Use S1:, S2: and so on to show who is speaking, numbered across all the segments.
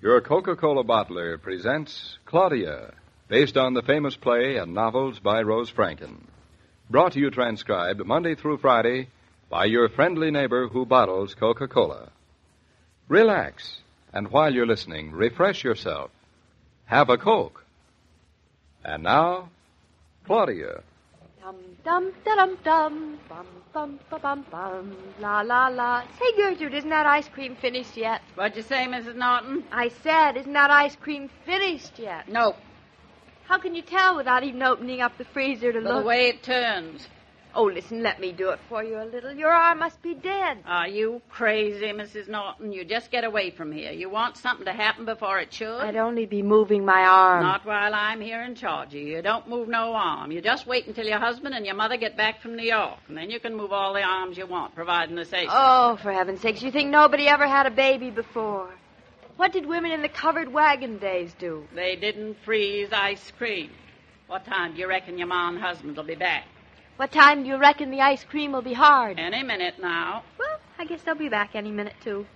S1: Your Coca Cola bottler presents Claudia, based on the famous play and novels by Rose Franken. Brought to you transcribed Monday through Friday by your friendly neighbor who bottles Coca Cola. Relax, and while you're listening, refresh yourself. Have a Coke. And now, Claudia.
S2: Dum dum da dum dum bum bum ba bum bum la la la. Say Gertrude, isn't that ice cream finished yet?
S3: What'd you say, Mrs. Norton?
S2: I said, isn't that ice cream finished yet?
S3: No,
S2: How can you tell without even opening up the freezer to
S3: but the
S2: look?
S3: way it turns.
S2: Oh, listen, let me do it for you a little. Your arm must be dead.
S3: Are you crazy, Mrs. Norton? You just get away from here. You want something to happen before it should?
S2: I'd only be moving my arm.
S3: Not while I'm here in charge of you. You don't move no arm. You just wait until your husband and your mother get back from New York, and then you can move all the arms you want, providing they say so.
S2: Oh, for heaven's sakes, you think nobody ever had a baby before. What did women in the covered wagon days do?
S3: They didn't freeze ice cream. What time do you reckon your ma and husband will be back?
S2: What time do you reckon the ice cream will be hard?
S3: Any minute now.
S2: Well, I guess they'll be back any minute, too.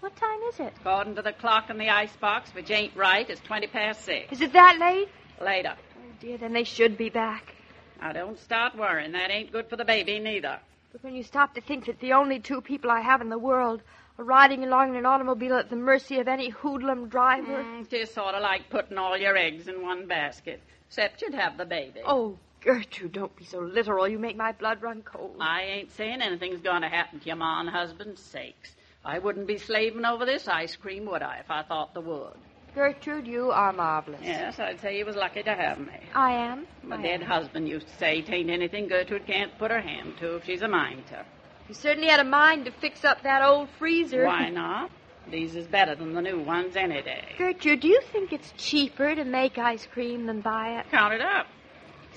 S2: What time is it?
S3: According to the clock in the icebox, which ain't right, it's 20 past six.
S2: Is it that late?
S3: Later.
S2: Oh, dear, then they should be back.
S3: Now, don't start worrying. That ain't good for the baby, neither.
S2: But when you stop to think that the only two people I have in the world are riding along in an automobile at the mercy of any hoodlum driver.
S3: Mm, just sort of like putting all your eggs in one basket, except you'd have the baby.
S2: Oh, Gertrude, don't be so literal. You make my blood run cold.
S3: I ain't saying anything's going to happen to your ma and husband's sakes. I wouldn't be slaving over this ice cream, would I, if I thought the would?
S2: Gertrude, you are marvelous.
S3: Yes, I'd say you was lucky to have me.
S2: I am.
S3: My
S2: I am.
S3: dead husband used to say, "'Tain't anything Gertrude can't put her hand to if she's a mind to."
S2: You certainly had a mind to fix up that old freezer.
S3: Why not? These is better than the new ones any day.
S2: Gertrude, do you think it's cheaper to make ice cream than buy it?
S3: Count it up.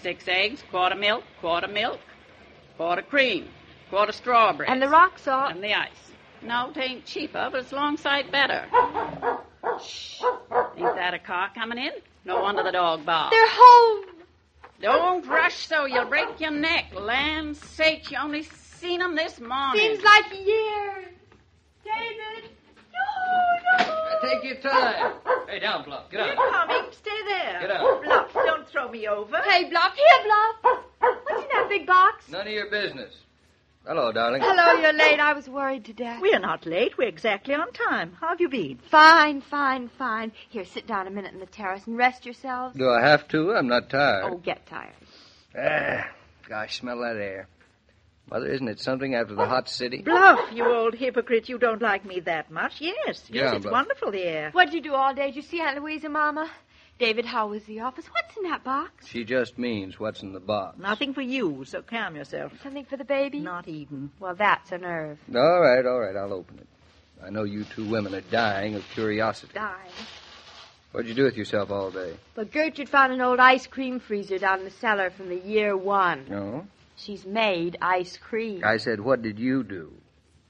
S3: Six eggs, quarter milk, quarter milk, quarter cream, quarter strawberry.
S2: And the rock salt.
S3: And the ice. No, it ain't cheaper, but it's a long sight better. Shh. Ain't that a car coming in? No wonder the dog barks.
S2: They're home.
S3: Don't rush so, you'll break your neck. Land sakes, you only seen 'em this morning.
S2: Seems like years. David. No, no.
S4: Take your time. Hey, down, Bluff. Get up.
S2: Coming. Stay there.
S4: Get up.
S2: Bluff, don't throw me over. Hey, Bluff. Here, Bluff. What's in that big box?
S4: None of your business. Hello, darling.
S2: Hello, you're late. I was worried to death.
S5: We're not late. We're exactly on time. How have you been?
S2: Fine, fine, fine. Here, sit down a minute on the terrace and rest yourselves.
S4: Do I have to? I'm not
S2: Oh,
S4: tired.
S2: get tired.
S4: Ah, gosh, smell that air. Mother, isn't it something after the hot city?
S5: Bluff, you old hypocrite. You don't like me that much. Yes, yes,
S4: Yeah,
S5: it's
S4: but-
S5: wonderful here.
S2: What'd you do all day? Did you see Aunt Louisa, Mama? David, how was the office? What's in that box?
S4: She just means what's in the box.
S5: Nothing for you, so calm yourself.
S2: Something for the baby?
S5: Not even.
S2: Well, that's a nerve.
S4: All right, all right, I'll open it. I know you two women are dying of curiosity.
S2: Dying.
S4: What'd you do with yourself all day?
S2: But Gertrude found an old ice cream freezer down in the cellar from the year one.
S4: No.
S2: She's made ice cream.
S4: I said, what did you do?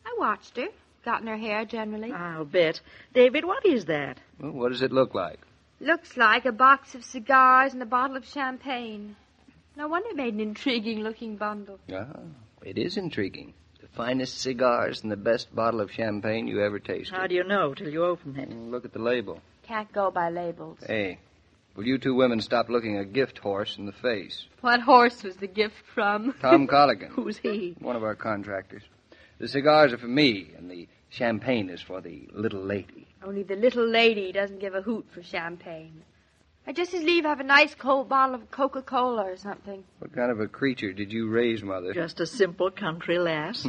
S2: I watched her. Got in her hair generally.
S5: I'll bet. David, what is that?
S4: Well, what does it look like?
S2: Looks like a box of cigars and a bottle of champagne. No wonder it made an intriguing looking bundle.
S4: Ah, it is intriguing. The finest cigars and the best bottle of champagne you ever tasted.
S5: How do you know till you open it?
S4: Mm, Look at the label.
S2: Can't go by labels.
S4: Hey, will you two women stop looking a gift horse in the face?
S2: What horse was the gift from?
S4: Tom Colligan,
S5: Who's he?
S4: one of our contractors. The cigars are for me, and the champagne is for the little lady.
S2: Only the little lady doesn't give a hoot for champagne. I'd just as leave have a nice cold bottle of Coca Cola or something.
S4: What kind of a creature did you raise, Mother?
S5: Just a simple country
S4: Hmm.
S5: lass.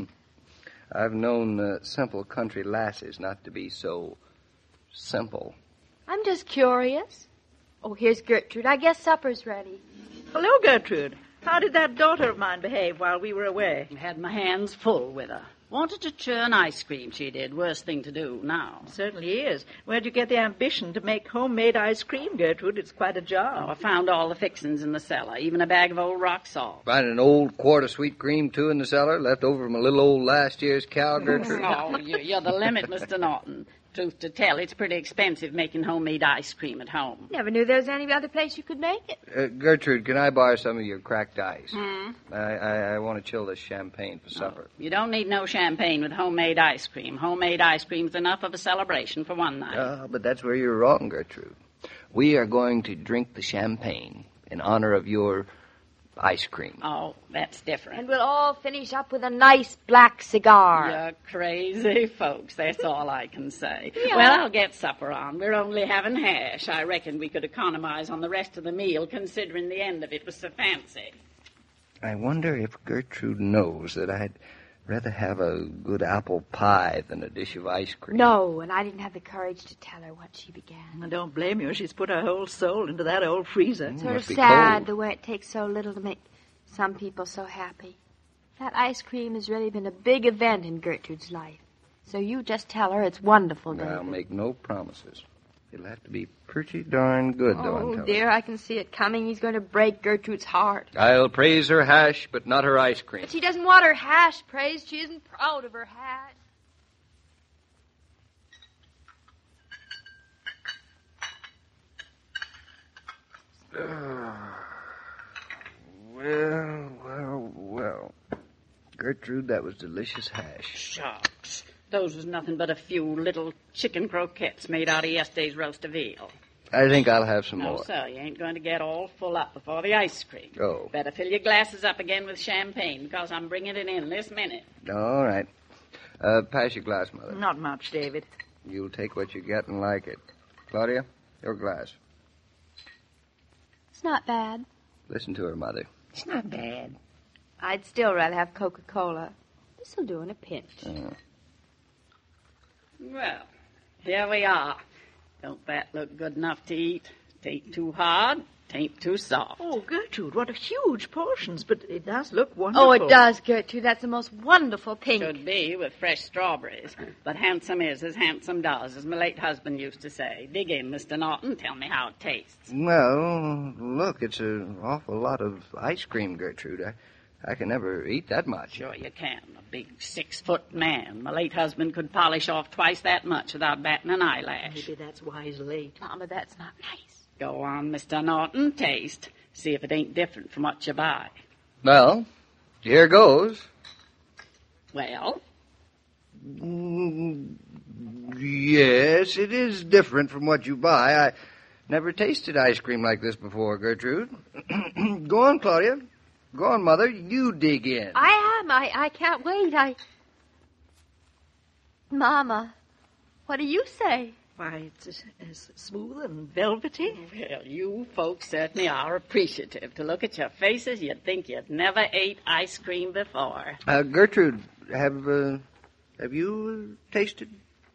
S4: I've known uh, simple country lasses not to be so simple.
S2: I'm just curious. Oh, here's Gertrude. I guess supper's ready.
S5: Hello, Gertrude. How did that daughter of mine behave while we were away?
S3: Had my hands full with her. Wanted to churn ice cream, she did. Worst thing to do now.
S5: Certainly is. Where'd you get the ambition to make homemade ice cream, Gertrude? It's quite a
S3: Oh, I
S5: job.
S3: found all the fixings in the cellar, even a bag of old rock salt.
S4: Find an old quart of sweet cream, too, in the cellar, left over from a little old last year's cow, Gertrude.
S3: Oh, you- you're the limit, Mr. Norton. Truth to tell, it's pretty expensive making homemade ice cream at home.
S2: Never knew there was any other place you could make it.
S4: Uh, Gertrude, can I borrow some of your cracked ice? I, I, I want to chill this champagne for supper.
S3: You don't need no champagne with homemade ice cream. Homemade ice cream's enough of a celebration for one night.
S4: Ah, but that's where you're wrong, Gertrude. We are going to drink the champagne in honor of your ice cream.
S3: Oh, that's different.
S2: And we'll all finish up with a nice black cigar.
S3: You're crazy folks. That's all I can say. Well, I'll get supper on. We're only having hash. I reckon we could economize on the rest of the meal, considering the end of it was so fancy.
S4: I wonder if Gertrude knows that I'd rather have a good apple pie than a dish of ice cream.
S2: No, and I didn't have the courage to tell her what she began.
S5: I don't blame you. She's put her whole soul into that old freezer.
S4: Mm.
S2: Sort of
S4: must be
S2: sad
S4: cold.
S2: the way it takes so little to make some people so happy. That ice cream has really been a big event in Gertrude's life. So you just tell her it's wonderful,
S4: I'll
S2: David.
S4: make no promises. It'll have to be pretty darn good, though, I'm
S2: oh
S4: telling
S2: dear, I can see it coming. He's going to break Gertrude's heart.
S4: you. I'll praise her hash, but not her ice cream.
S2: But she doesn't want her hash praised. She isn't proud of her hash.
S4: Well, well, well. Gertrude, that was delicious hash.
S3: Shucks. Those was nothing but a few little chicken croquettes made out of yesterday's roast of veal.
S4: I think I'll have some
S3: No,
S4: more.
S3: sir, you ain't going to get all full up before the ice cream.
S4: Oh.
S3: Better fill your glasses up again with champagne, because I'm bringing it in this minute.
S4: All right. Uh, pass your glass, Mother.
S5: Not much, David.
S4: You'll take what you get and like it. Claudia, your glass.
S2: It's not bad.
S4: Listen to her, Mother.
S3: It's not bad.
S2: I'd still rather have Coca Cola. This'll do in a pinch.
S4: Mm.
S3: Well, here we are. Don't that look good enough to eat? Tain't too hard, tain't too soft.
S5: Oh, Gertrude, what a huge portions, but it does look wonderful.
S2: Oh, it does, Gertrude. That's the most wonderful pink.
S3: Should be with fresh strawberries. But handsome is as handsome does, as my late husband used to say. Dig in, Mr. Norton. Tell me how it tastes.
S4: Well, look, it's an awful lot of ice cream, Gertrude. I, I can never eat that much.
S3: Sure you can. A big six foot man. My late husband could polish off twice that much without batting an eyelash.
S5: Maybe that's why he's late.
S2: Mama, that's not nice.
S3: Go on, Mr. Norton. Taste. See if it ain't different from what you buy.
S4: Well, here goes.
S3: Well,
S4: Mm, Yes, it is different from what you buy. I never tasted ice cream like this before, Gertrude. Go on, Claudia. Go on, Mother. You dig in.
S2: I am. I, I can't wait. I. Mama, what do you say?
S5: Why, it's as, as smooth and velvety.
S3: Well, you folks certainly are appreciative. To look at your faces, you'd think you'd never ate ice cream before.
S4: Uh, Gertrude, have uh, have you uh, tasted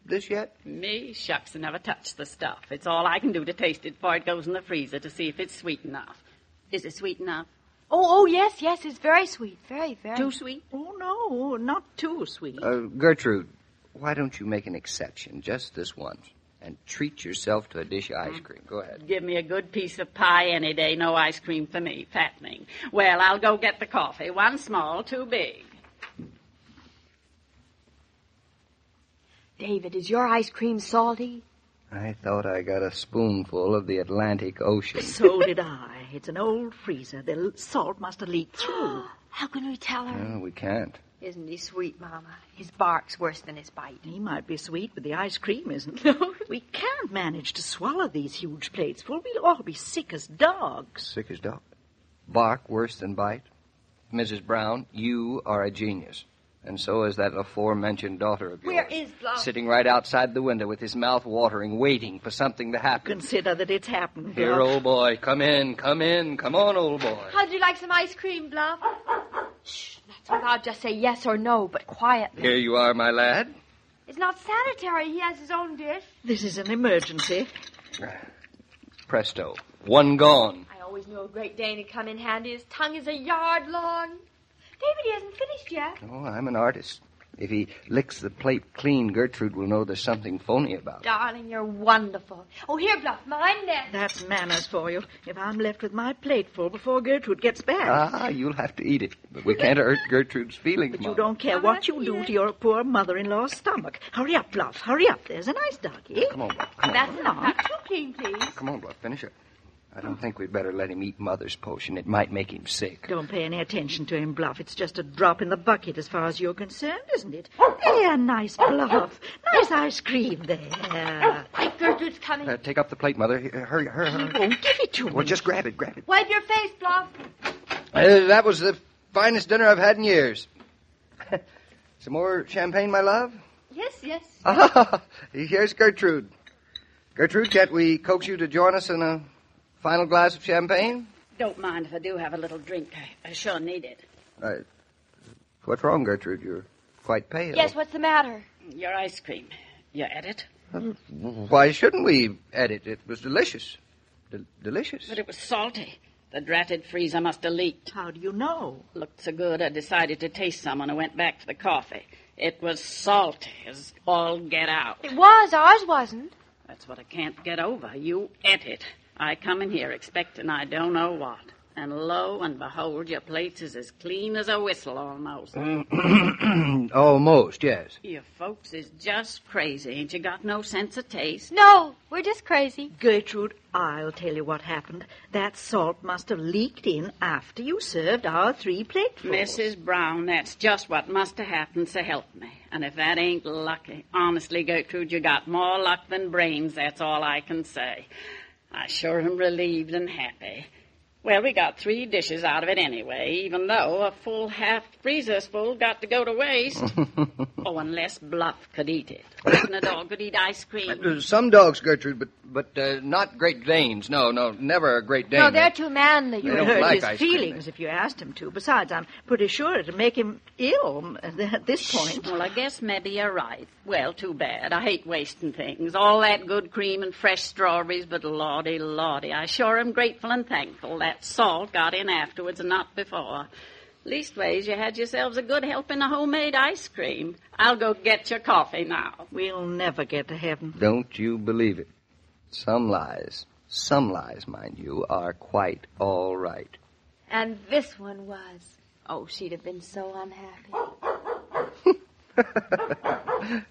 S4: this yet?
S3: Me, shucks, I never touch the stuff. It's all I can do to taste it before it goes in the freezer to see if it's sweet enough. Is it sweet enough?
S2: Oh, oh, yes, yes. It's very sweet. Very, very.
S3: Too sweet?
S5: Oh, no, not too sweet.
S4: Uh, Gertrude, why don't you make an exception just this once and treat yourself to a dish of ice cream? Go ahead.
S3: Give me a good piece of pie any day. No ice cream for me. Fattening. Well, I'll go get the coffee. One small, two big.
S2: David, is your ice cream salty?
S4: I thought I got a spoonful of the Atlantic Ocean.
S5: so did I. It's an old freezer. The l- salt must have leaked through.
S2: How can we tell her?
S4: No, we can't.
S2: Isn't he sweet, Mama? His bark's worse than his bite.
S5: He might be sweet, but the ice cream isn't. No. We can't manage to swallow these huge plates full. We'll all be sick as dogs.
S4: Sick as dog. Bark worse than bite. Mrs. Brown, you are a genius. And so is that aforementioned daughter of yours.
S2: Where is Bluff?
S4: Sitting right outside the window with his mouth watering, waiting for something to happen.
S5: Consider that it's happened.
S4: Here,
S5: Bluff.
S4: old boy, come in, come in, come on, old boy.
S2: How'd you like some ice cream, Bluff? Shh, not so loud. Just say yes or no, but quietly.
S4: Here you are, my lad.
S2: It's not sanitary. He has his own dish.
S5: This is an emergency.
S4: Presto, one gone.
S2: I always knew a Great Dane would come in handy. His tongue is a yard long. David, he hasn't finished yet.
S4: Oh, I'm an artist. If he licks the plate clean, Gertrude will know there's something phony about it.
S2: Darling, you're wonderful. Oh, here, Bluff, mine next.
S5: That's manners for you. If I'm left with my plate full before Gertrude gets back.
S4: Ah, you'll have to eat it. But we can't hurt Gertrude's feelings,
S5: But you
S4: Mama.
S5: don't care
S2: I'm
S5: what
S2: not
S5: you do
S2: here.
S5: to your poor mother-in-law's stomach. Hurry up, Bluff. Hurry up. There's a nice doggie.
S4: Ah, Come on, Bluff. Come on,
S2: That's
S4: Bluff.
S2: not, not too clean, please.
S4: Come on, Bluff. Finish it. I don't think we'd better let him eat Mother's potion. It might make him sick.
S5: Don't pay any attention to him, Bluff. It's just a drop in the bucket as far as you're concerned, isn't it?
S4: Oh.
S5: There, nice Bluff. Nice ice cream there.
S2: Quick, Gertrude's coming.
S4: Uh, take up the plate, Mother. Here, Hurry, hurry,
S5: He
S4: hurry.
S5: won't give it to me.
S4: Well, just grab it, grab it.
S2: Wipe your face, Bluff.
S4: Uh, that was the finest dinner I've had in years. Some more champagne, my love?
S2: Yes, yes.
S4: Ah, here's Gertrude. Gertrude, can't we coax you to join us in a final glass of champagne?
S3: Don't mind if I do have a little drink. I, I sure need it.
S4: Uh, what's wrong, Gertrude? You're quite pale.
S2: Yes, what's the matter?
S3: Your ice cream. You at it?
S4: Why shouldn't we edit? It was delicious. De- delicious.
S3: But it was salty. The dratted freezer must have leaked.
S5: How do you know?
S3: Looked so good, I decided to taste some and I went back for the coffee. It was salty as all get out.
S2: It was, ours wasn't.
S3: That's what I can't get over. You ate it. I come in here expecting I don't know what. And lo and behold, your plate is as clean as a whistle almost.
S4: Almost, yes.
S3: You folks is just crazy. Ain't you got no sense of taste?
S2: No, we're just crazy.
S5: Gertrude, I'll tell you what happened. That salt must have leaked in after you served our three platefuls.
S3: Mrs. Brown, that's just what must have happened, so help me. And if that ain't lucky, honestly, Gertrude, you got more luck than brains, that's all I can say. I sure am relieved and happy. Well, we got three dishes out of it anyway, even though a full half freezer's full got to go to waste. oh, unless Bluff could eat it. Even a dog could eat ice cream.
S4: Uh, Some dogs, Gertrude, but but uh, not Great Danes. No, no, never a Great Dane.
S2: No, they're too manly.
S4: They
S5: It
S4: don't
S5: hurt
S4: like ice
S5: his
S4: cream,
S5: feelings if you asked him to. Besides, I'm pretty sure it'd make him ill at this point.
S3: Well, I guess maybe you're right. Well, too bad. I hate wasting things. All that good cream and fresh strawberries, but lordy, lordy, I sure am grateful and thankful that salt got in afterwards and not before. Leastways, you had yourselves a good helping of homemade ice cream. I'll go get your coffee now.
S5: We'll never get to heaven.
S4: Don't you believe it? Some lies, some lies, mind you, are quite all right.
S2: And this one was. Oh, she'd have been so unhappy.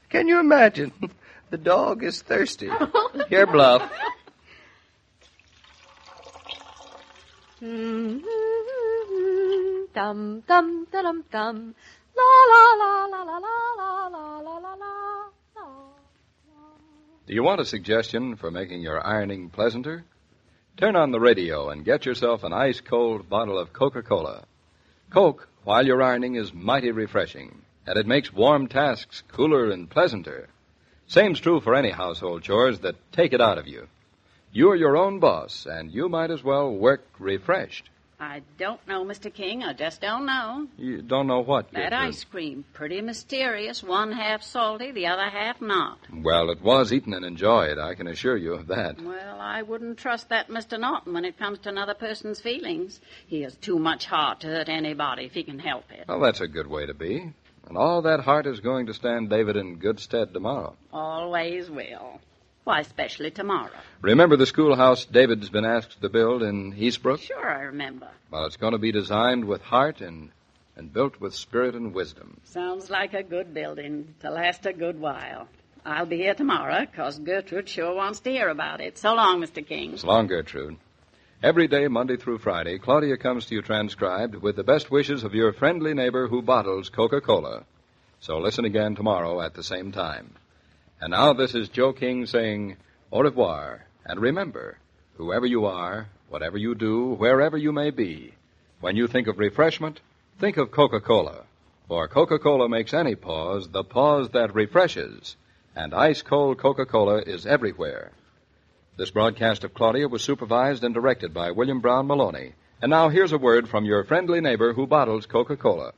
S4: Can you imagine? The dog is thirsty. Here, Bluff.
S2: Dum dum da dum dum. La la la la la la la la la la la la.
S1: Do you want a suggestion for making your ironing pleasanter? Turn on the radio and get yourself an ice cold bottle of Coca Cola. Coke, while you're ironing, is mighty refreshing, and it makes warm tasks cooler and pleasanter. Same's true for any household chores that take it out of you. You're your own boss, and you might as well work refreshed.
S3: I don't know, Mr. King. I just don't know.
S1: You don't know what.
S3: That
S1: Gertrude.
S3: ice cream, pretty mysterious. One half salty, the other half not.
S1: Well, it was eaten and enjoyed, I can assure you of that.
S3: Well, I wouldn't trust that Mr. Norton when it comes to another person's feelings. He has too much heart to hurt anybody if he can help it.
S1: Well, that's a good way to be. And all that heart is going to stand David in good stead tomorrow.
S3: Always will. Why, especially tomorrow.
S1: Remember the schoolhouse David's been asked to build in Eastbrook?
S3: Sure, I remember.
S1: Well, it's going to be designed with heart and, and built with spirit and wisdom.
S3: Sounds like a good building to last a good while. I'll be here tomorrow, 'cause Gertrude sure wants to hear about it. So long, Mr. King.
S1: It's long, Gertrude. Every day, Monday through Friday, Claudia comes to you transcribed with the best wishes of your friendly neighbor who bottles Coca Cola. So listen again tomorrow at the same time. And now this is Joe King saying au revoir. And remember, whoever you are, whatever you do, wherever you may be, when you think of refreshment, think of Coca Cola. For Coca Cola makes any pause the pause that refreshes. And ice cold Coca Cola is everywhere. This broadcast of Claudia was supervised and directed by William Brown Maloney. And now here's a word from your friendly neighbor who bottles Coca Cola.